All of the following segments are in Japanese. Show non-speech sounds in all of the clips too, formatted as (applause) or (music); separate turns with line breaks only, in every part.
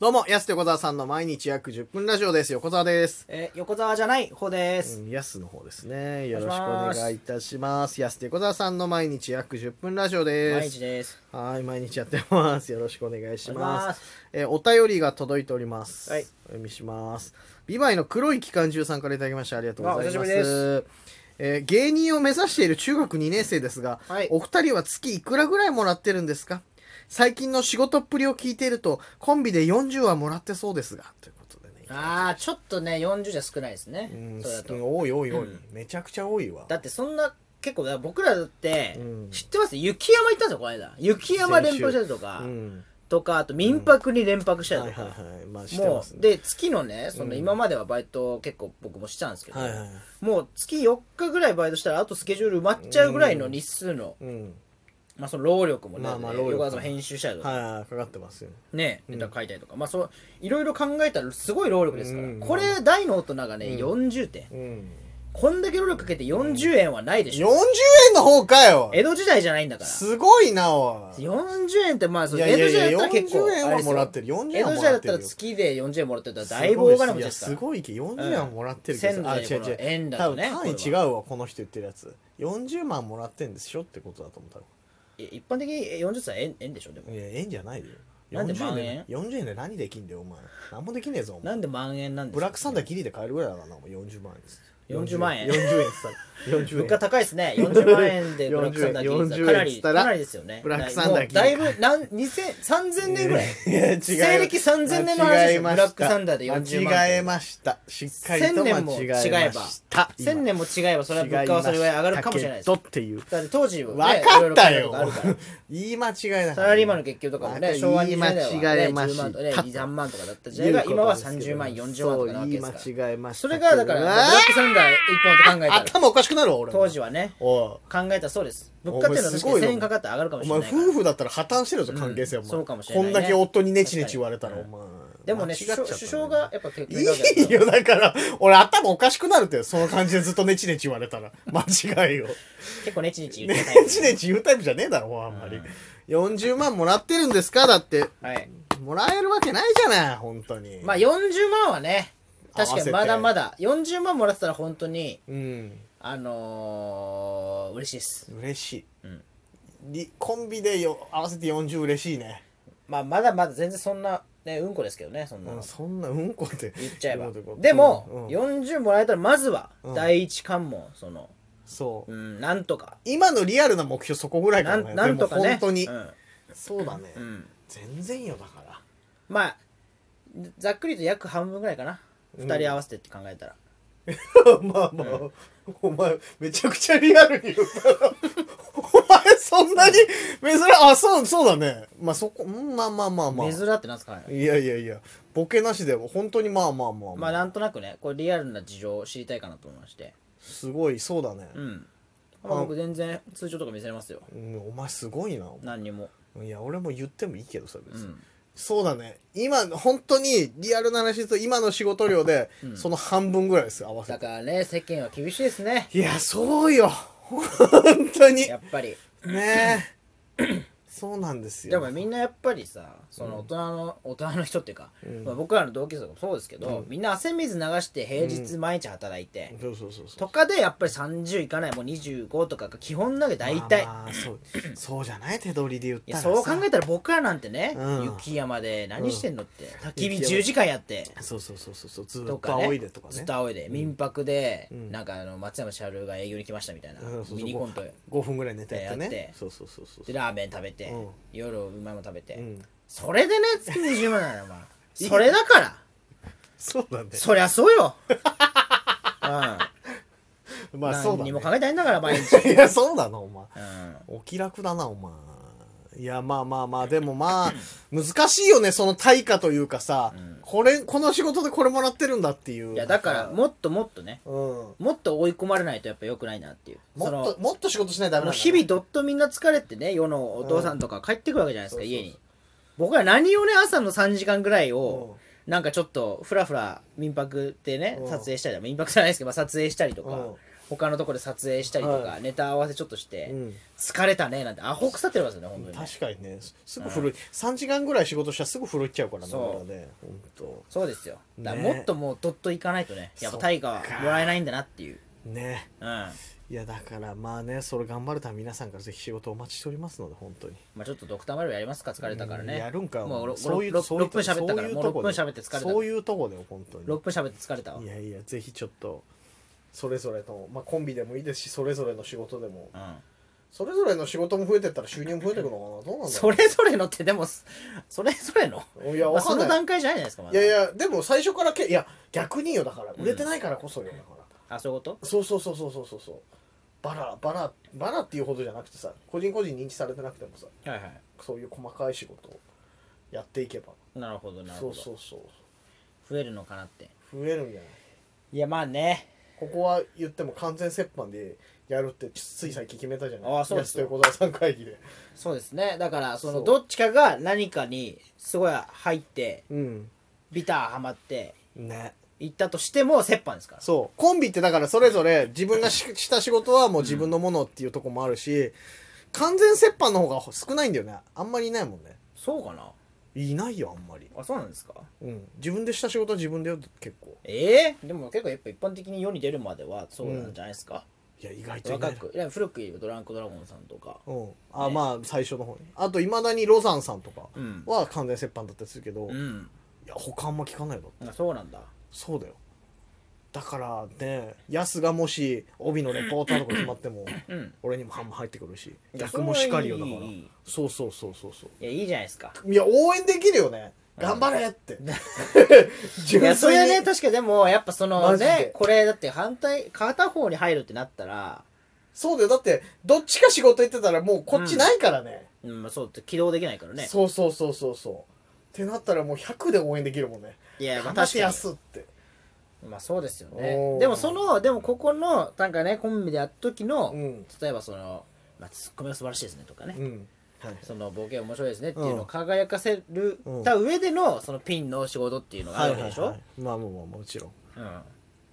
どうも、安手小沢さんの毎日約10分ラジオです。横澤です。
えー横澤じゃない方です、
うん安の方ですね。よろしくお願いいたします。安手小沢さんの毎日約10分ラジオで
毎日
す。
です
はい、毎日やってます。よろしくお願いし
お願いし
ま
ますす。
えーお便りが届いております。
はい
お読みします。ビバイの黒い機関銃さんからいただきました。ありがとうござい
あお
ます。
久しぶりで
えー芸人を目指している中学2年生ですが、
はい
お二人は月いくらぐらいもらってるんですか最近の仕事っぷりを聞いていると、コンビで40はもらってそうですが、ということでね。
ああちょっとね40じゃ少ないですね
うん、
それだ
す
と
多い多い多い、めちゃくちゃ多いわ。
だってそんな結構だから僕らだって、
うん
知ってます雪山行ったんですよこの間雪山連泊したりとか、
うん。
とかあと民泊に連泊した
はいは
り
い
とか、
はい。まあ、してま
も
す
う
ね。
で月のねその
うん
今まではバイト結構僕もしたんですけど、
はいはい。
もう月4日ぐらいバイトしたらあとスケジュール埋まっちゃうぐらいの日数の、
うん。
まあその労力もね、
まあまあ労力
横澤さんも編集したりとか、
はいはい、かかってますよ。
ね、ネタ書いたりとか、まあそういろいろ考えたらすごい労力ですから、
うん
これ大の大人がね、40点
うん。
こんだけ労力かけて40円はないでし
40
ょ、
円の方かよ
江戸時代じゃないんだから
すごいなおい
40円ってまあそ
いうや
江
いや
戸
い
時代だ
や
ったら結構
40円はもらって
る
る40
江
円は
戸時
も
代
ら
だ
っ
ってた
る
ら
よ
月で40円もらってたらだいぶ大金持ちです
す
から
ごいいやすごいけど40円はもらってるけど
うん
さあ違う
仙
違う
台この円だ
多
と
分
ね
単位
こ
違
れ
う
は
わこの人言ってるやつ40万もらってんでしょってことだと思った
い一般的に40歳は円円でしょでも
らいや円じゃないよ
なんで
40円
万
で
円
40円で何できんだよお前何もできねえぞお前
なんで万円なんですか
ブラックサンダーギリで買えるぐらいだからなお前40万円です
40万円
40円っつったら40
物
円
価高いですね40万円でブラックサンダー聞いてたら
40円
かな
っつっ
り
たら
かなりですよね
ブラックサンダー聞いてた
だいぶなん2000 3000年ぐらい
や違う
西暦3000年の話です
間違え
よ
ました
ブラックサンダーで40万
間違えましたしっかりと間違えました
1000年も違えばそれは物価はそれぐらい上がるかもしれないです
違
だ
ましたけどっていう
って当時は
分
ね
かった
いろいろ考
よ
えることがあるから
言い間違いだから
サラリーマンの月給とか
わ
も
か
ね
る
昭和20年代はね
言い間違えま
10
した
万とかね3万とかだった時代が
言う
今
こと
は
ですけど
30万40万とかなわけですか
そう言
ら
い間違えました
そ
け
れ
ど
がだからブラックサンダー一本と考えたら
頭おかしくなるわ俺も
当時はね
おい
考えたらそうです物価っていうのは確か
お
に
前すごいよ
1000円かかって上がるかも
お
しれ
前
ないから
夫婦だったら破綻してるぞ関係性お
う
前
んそうかもしれないね
こんだけ夫にネチネチ言われたらお前
でもね
間違っ
首
ちゃった
相
ね
首相がやっぱ結局
いいよ、だから、俺頭おかしくなるって、その感じでずっとネチネチ言われ (laughs) たら。間違いよ。
結構ねちねち言
ネ
ってない
チネチ言うタイプじゃねえだろ、もうあんまり。40万もらってるんですかだって、
はい
もらえるわけないじゃない、本当に。
まあ40万はね
合
確
わ
か
せて
にまだまだ40万もらってたら本当に
うん。
あのー、嬉しいです
嬉しい。
うん
りコンビでよ合わせて40嬉しいね。
まあまだまだ全然そんなねうんこですけどねそんな
う
の
ん、そんなうんこって。
言っちゃえば
どういうこと
でも、
うんうん
40もらえたらまずは
うん
第一関門その
そうう。
んなんとか
今のリアルな目標そこぐらいか
な
ら
ん
ね。
なんとかね
でも本当に
う。ん、
そうだね
う。ん
全然よ、だから。
まあざっくりと約半分ぐらいかな
うん
2人合わせてって考えたら、
まあまあ、お前めちゃくちゃリアルに言ったなお前そんなに珍あそうそうだねまあそこうんまあまあまあまあ
珍ってなんすかね
いやいやいやボケなしで本当にまあまあまあ、
ま
まあ
あなんとなくねこれリアルな事情を知りたいかなと思いまして
すごいそうだね
う、ん、まあ、
あ
僕全然通常とか見せれますよ
うんお前すごいな
何にも、
いや俺も言ってもいいけどさ別に、
うん、
そうだね今本当にリアルな話ですと今の仕事量で、
ん
その半分ぐらいです合わせ
だ
て
からね世間は厳しいですね
いやそうよ本当に
やっぱり
ねえそうなんですよ
でもみんなやっぱりさその大人の、大人の人っていうか、まあ、僕らの同級生とかもそうですけど、みんな汗水流して平日毎日働いて、
そうそうそうそう
とかでやっぱり30いかないもう25とかが基本なわけ大体、
まあまあそうそうじゃない手取りで言っ
い
た
や
ら
そう考え
え
たら僕らなんてね、
うん
雪山で何してんのって、焚き火
雪山
10時間やって
そうそうそうそうそうずっ
と
と
かね
仰いでとか
ず
ね
っと仰いで、民泊で、
ん
なんかあの松山千春が営業に来ましたみたいな、
うんそうそう
ミニコント
5分ぐらい寝てやってね
やって
そうそうそうそう
でラーメン食べて、
うん
夜うまいもん食べて、
うん
それでね月20万なのお前それだから
そうだね
そりゃそう
(laughs)
よ。うん。
まあそうだ
何に
ね
も考えてないんだから、毎日。
いやそうだなお前
うん。
お気楽だなお前いやまあまあまあでもまあ難しいよねその対価というかさ、これこの仕事でこれもらってるんだっていう
い
い
や、だから、もっともっとね、
うん
もっと追い込まれないとやっぱ良くないなっていう。
もっ
その
ともっと仕事しないとダ
あ
メ
の、
なんだ
日々どっとみんな疲れてね、世のお父さんとか帰ってくるわけじゃないですか、家に。僕ら何をね、朝の3時間ぐらいを、なんかちょっと、ふらふら民泊でね
う、ん
撮影したりだ、民泊じゃないですけど、まあ撮影したりと
うん
か、他のところで撮影したりとか、
は
ネタ合わせちょっとして、
うん
疲れたねなんてアホ腐ってますよね本当にね
確かにねすすぐ古い3時間ぐらい仕事したらすぐ古いっちゃうからね
そう
俺らね本当
そうですよだから
ね
もっともうどっといかないとねや
そっ
っぱ
か
対価はもらえないんだなっていう
ね
うんま
いやだからまあねそれ頑張るため皆さんからぜひ仕事お待ちしておりますので本当に
あちょっとドクターマリオやりますか疲れたからね
やるんか
もうろ
そういう
ろろ
そういう
6分喋ったから
そういう
もう
と
6
こ
分喋って疲れた
そういうとこだよ本当に
6分喋って疲れたわ
いやいやぜひちょっとそれぞれの、まあ、コンビでもいいですしそれぞれの仕事でも
うん
それぞれの仕事も増えてったら収入も増えてくのかなどうなんだ
そ
ろ
れぞれのってでもすそれぞれの
ういや
まあ
わか
そ
んな
の
い、
段階じゃないじゃないですかま
い
だ
やいやでも最初からけいや逆によだから売れてないからこそよだから、
あそういうこと
そうそうそうそうそうそうそうバラバラバラっていうほどじゃなくてさ個人個人認知されてなくてもさ
はいはい
そういう細かい仕事をやっていけば
なるほどなる
そ
ほ
うそ
ど
うそう
増えるのかなって
増えるんじゃない
いやまあね
ここは言っても完全折半でやるってつい最近決めたじゃない
ああそうです
とい
よ
う小沢さん会議で
そうですねだからその
そう
どっちかが何かにすごい入って
うん
ビターハマって
ね
いったとしても折半ですから
そうコンビってだからそれぞれ自分がしした仕事はもう自分のものっていうとこもあるし完全折半の方が少ないんだよねあんまりいないもんね
そうかない
ないよあんまり、
あそうなんですか
うん、自分でした仕事は自分だよ結構
ええでも結構やっぱ一般的に世に出るまではそうなんじゃないですか、
いや意外といな
若
いな
くいや古く言えばドランクドラゴンさんとか
うんあ、
ね
まあ最初の方にあといまだにロザンさんとか
うん
は完全折半だったりするけど、
う
い
ん
や他あんま聞かないよ
あそうなんだ
そうだよだからねヤスがもし帯のレポーターとか決まっても
うん
俺にも半分入ってくるし
いや
逆もしかりよだ
そ
か
れ
ら
はいい
そうそうそうそうそ
いやいいじゃないですか
ういや応援できるよね頑張れって
いや
(laughs) 純
それはね
粋に
確かでもやっぱその
マジで
ねこれだって反対片方に入るってなったら
そうだよだってどっちか仕事行ってたらもうこっちないからね、
うんまあそうって起動できないからね
そうそうそうそうそうってなったらもう100で応援できるもんね
いやまあ
頑張っ
確
て
か
や
に
すって
まあそうですよね
おー
でもそのでもここのなんかねコンビでやった時の、
うん
例えばその、まあ、ツッコミは素晴らしいですねとかね、
うんはい
そのボケ面白いですねっていうの
う
を
ん
輝かせる、
うん
た上でのそのピンの仕事っていうのがあるわけでしょ、
まあまあまあもちろん
うん、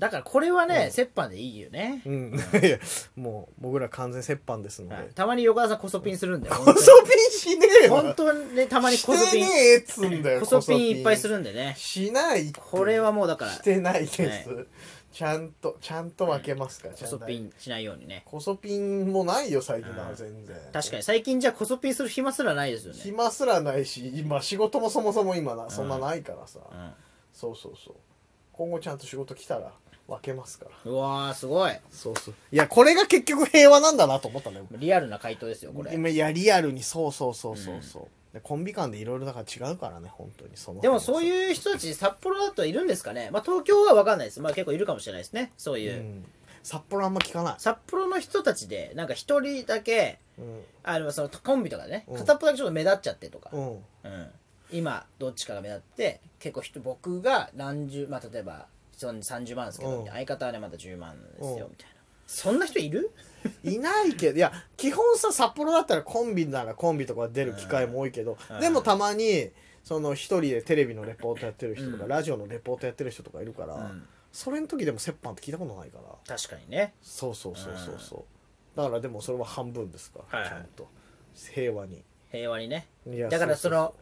だからこれはね、折半でいいよね、
うんいや (laughs) もう僕ら完全折半ですので、
はいたまに横田さんこそピンするんだよ
コソピンしねえわ
本当にねたまにこ
し
そ
て
ピ
ね
ン
えっつんだよ
こそピンいっぱいするんでね
しないって
これはもうだから
し
こ
てないです、
はい
ちゃんとちゃんと分けますから、ちゃん
そ
と
ピンしないようにね
コソピンもないよ最近は
うん
全然
確かに最近じゃこそピンする暇すらないですよね、
暇すらないし今仕事もそもそも今なそんなないからさ、
う
そうそうそう今後ちゃんと仕事来たら分けますから
ん、うわーすごい
そうそういやこれが結局平和なんだなと思ったね
リアルな回答ですよこれ
今いやリアルにそうそうそうそうそう、でコンビ間でいろいろだから違うからね本当にその
でもそう
う、
いう人たち札幌だといるんですかねまあ東京は分かんないですまあ結構いるかもしれないですねそういうう、
ん、札幌あんま聞かない
札幌の人たちでなんか一人だけ
うん
あのそのコンビとかでね
うん
片っぽだけちょっと目立っちゃってとか、
うん
うん今どっちかが目立って結構人僕が何十まあ例えばその30万ですけど、
うん
相方はねまだ10万なんですよ、
うん
みたいなそんな人いる
いないけどいや基本さ札幌だったらコンビならコンビとか出る機会も多いけど、
うん
でもたまにその一人でテレビのレポートやってる人とか、
うん
ラジオのレポートやってる人とかいるから、
うん
それの時でも折半って聞いたことないから
確かにね
そうそうそうそうそうだからでもそれは半分ですから、
はい
ちゃんと平和に
平和にね
いや
だからその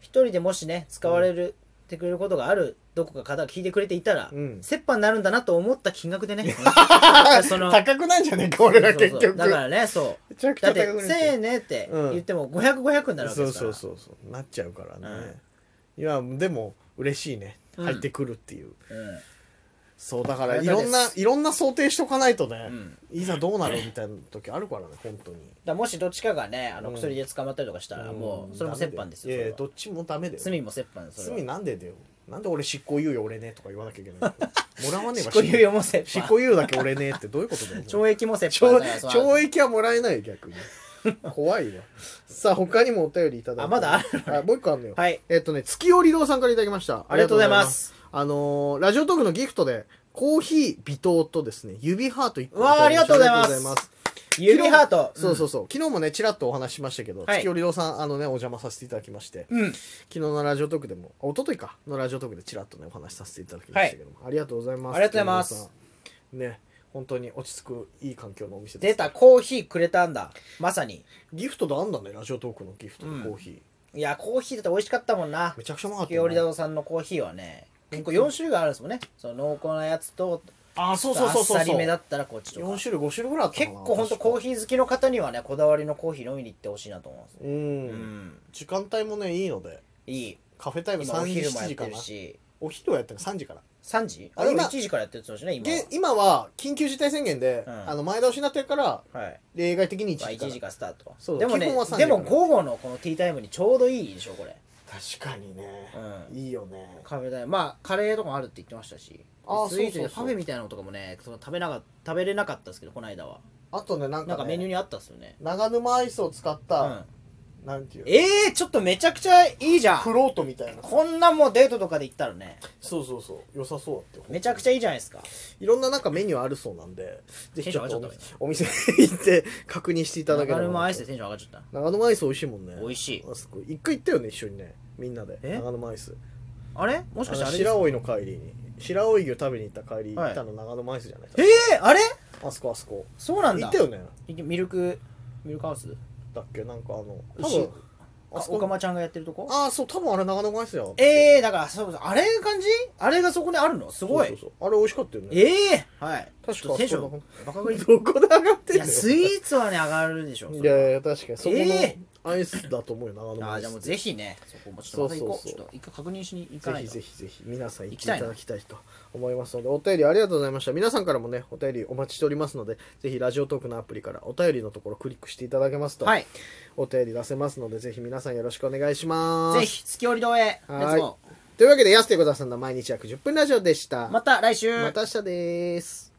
一人でもしね使われる、てくれることがあるどこか方が聞いてくれていたら、
うん
折半になるんだなと思った金額
(laughs)
でねだからその
高くないんじゃねえか俺ら結
そう
局
そうだからねそう
めちゃくち
だ
ゃ
って
高くなっちゃ
1000
う
円ねって
うん
言っても500500になるわけ
そ
で
う
すか
そ
ら
うそうそうなっちゃうからね、いやでも嬉しいね
うん
入ってくるっていう、
うん
そうだから
あ
い
りがた
ろ
いで
ん
す
ないろんな想定しとかないとね、
うん
いざどうなるみたいな時あるからね本当に
だからもしどっちかがねあの
うん
薬で捕まったりとかしたらもうそれも折半です
いやい
よ
や
それ
ど
は
っちもダメだよ
罪も折半そ
罪
れは
なんでだよなんで俺執行猶予俺ねとか言わなきゃい
(laughs)
けないのもらわねえ
執
ば
行猶予も折
執行
半
猶予だけ俺ねってどういうことだよ
懲役も折半
懲
だからその
懲役はもらえないよ逆に怖いわさあ他にもお便りいただいて
あまだある
あもう一個あるのよ
はい
えっとね月夜り堂さんからいただきました
ありがとうございます
あのーラジオトークのギフトでコーヒー微糖とですね指ハート1個
うわー
いただきした
ありがとうございます指ハート
そうそううそう、昨日もねちらっとお話ししましたけど、
はい
月夜堂さんあのねお邪魔させていただきまして、
んうん
昨日のラジオトークでもあ一昨日かのラジオトークでちらっとねお話しさせていただきましたけども、ありがとうございます
ありがとうございます
月夜堂さんね本当に落ち着くいい環境のお店で
出
す
たコーヒーくれたんだまさに
ギフトであんだねラジオトークのギフトで
うん
コーヒー、
いやコーヒーだって美味しかったもんな
めちゃくちゃうまかった
月
よ
織
ね、
田さんのコーヒーはね結構4種類があるんですもんねその濃厚なやつと
ああそうそうそうそう
あっさり
そう
めだったらこっちとか
4種類5種類ぐらいあった
結構ほんとコーヒー好きの方にはねこだわりのコーヒー飲みに行ってほしいなと思うんです
ー
よ
うん、
うん
時間帯もねいいので
いい
カフェタイム
今お
3時
昼もや
7時
って
かな
るし
お昼はやってる3時から
3時
あ
あれも
今
1時からやってるって言ってましたね
で今は緊急事態宣言で、
うん
あの前倒しになってるから
今ははい
例外的に1時
まあ
から
1時からスタート
そう
でもね
基本は3時か
で
ら
も午後のこのティータイムにちょうどいいでしょこれ
確かにね、
うん
いいよね
カフェだよまあカレーとかもあるって言ってましたし
あー
スイーツ
そうそう
で
そう
パフェみたいなのとかもねその食べなか食べれなかったですけどこの間は
あとねなんかね
なんかメニューにあったっすよね
長沼アイスを使っ
う
た、
ん
なんていう
ええちょっとめちゃくちゃいいじゃ
フ
ん
ロートみたいな
こんなもうデートとかで行ったらね
そうそうそう良さそうだって
めちゃくちゃいいじゃないですか
いろんななんかメニューあるそうなんでぜひちょっとお
テン
店
シ
お店行って確認していただければ
長沼アイスで
で
テンション上がっちゃっ
長沼アイス美味しいもんね
た美味しい
あすごい一回行ったよね一緒にねみんなで
え
長沼アイス
あれもしかして
あ
あ
の
れです
白
か
老の帰りに白老牛食べに行った帰り、
はい
行ったの長沼アイスじゃない
ええあれ
あそこあそこ
そうなん
行
だ
ったよね
ミルクミルクハウス
だっけなんかあの多
牛
分あ
あ
そ
おか
こ
まちゃんがやってるとこ
ああそう多分あれ長沼アイスやん
ええだからそうそうあれ感じあれがそこにあるのすごい
そうそうそうあれ美味しかったよね
ええはい
確か
ちょっとテンションバカ食い
(laughs) どこで上がってん
い
の
やスイーツはね上がるでしょ
いやいや確かにそこ
え
のアイスだと思うよ長
それ
野
はあ
ア
ー
イ
じゃあも
スっ
う
て
ぜひねそこもちょっとまた行こう
そうそうそう
ちょっと一回確認しに行
ぜ
かない
ひ
と
ぜひぜひ皆さん行っ
行
て
き
い
たい
た
な
だきたいと思いますのでお便りありがとうございました皆さんからもねお便りお待ちしておりますのでぜひラジオトークのアプリからお便りのところクリックしていただけますと、
はい
お便り出せますのでぜひ皆さんよろしくお願いします
ぜひ月折堂へレ
はい
ッツゴ
というわけで安手小沢さんの毎日約10分ラジオでした
ーまた来週
また明日です